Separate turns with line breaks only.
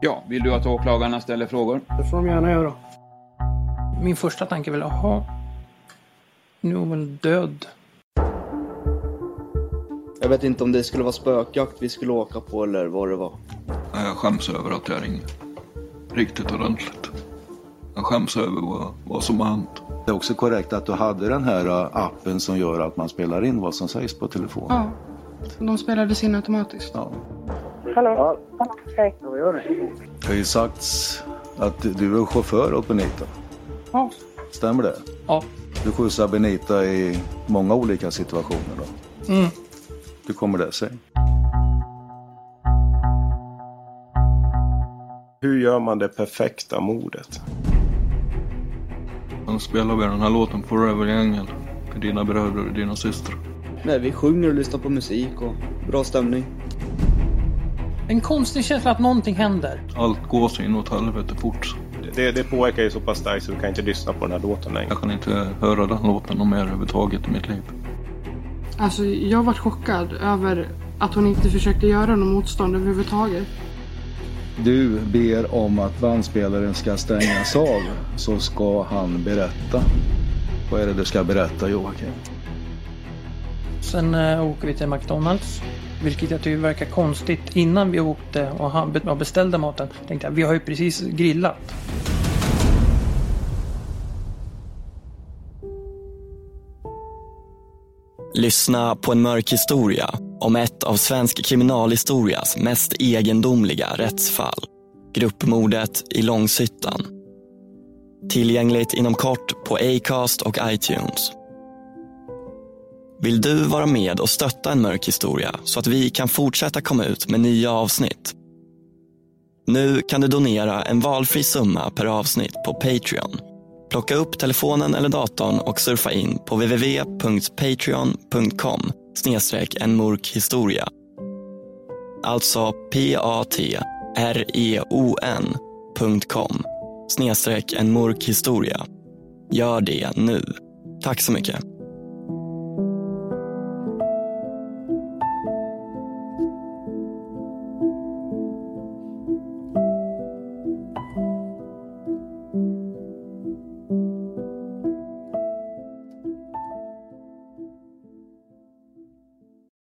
Ja, vill du att åklagarna ställer frågor?
Det får de gärna göra.
Min första tanke är väl, jaha, nu är hon väl död.
Jag vet inte om det skulle vara spökjakt vi skulle åka på eller vad det var.
Jag skäms över att jag ringde. Riktigt ordentligt. Jag skäms över vad, vad som har hänt.
Det är också korrekt att du hade den här ä, appen som gör att man spelar in vad som sägs på telefonen.
Ja. De spelades in automatiskt.
Ja.
Hallå? Hej.
Ja, vad gör ni?
Det har ju sagts att du är chaufför åt Benita.
Ja.
Stämmer det?
Ja.
Du skjutsar Benita i många olika situationer då.
Mm.
Hur kommer det sig?
Hur gör man det perfekta mordet?
Sen spelar vi den här låten Forever Young för dina bröder och dina systrar.
Nej, vi sjunger och lyssnar på musik och bra stämning.
En konstig känsla att någonting händer.
Allt går så inåt helvete fort.
Det, det påverkar ju så pass starkt så vi kan inte lyssna på den här låten längre.
Jag kan inte höra den låten någon mer överhuvudtaget i mitt liv.
Alltså, jag var chockad över att hon inte försökte göra något motstånd överhuvudtaget.
Du ber om att bandspelaren ska stängas av så ska han berätta. Vad är det du ska berätta Joakim?
Sen eh, åker vi till McDonalds. Vilket jag tycker verkar konstigt. Innan vi åkte och han be- beställde maten tänkte jag vi har ju precis grillat.
Lyssna på en mörk historia om ett av svensk kriminalhistorias mest egendomliga rättsfall. Gruppmordet i Långshyttan. Tillgängligt inom kort på Acast och iTunes. Vill du vara med och stötta en mörk historia så att vi kan fortsätta komma ut med nya avsnitt? Nu kan du donera en valfri summa per avsnitt på Patreon. Plocka upp telefonen eller datorn och surfa in på www.patreon.com en mörk historia. Alltså E p-a-t-r-e-o-n.com snedstreck en mörk historia. Gör det nu. Tack så mycket.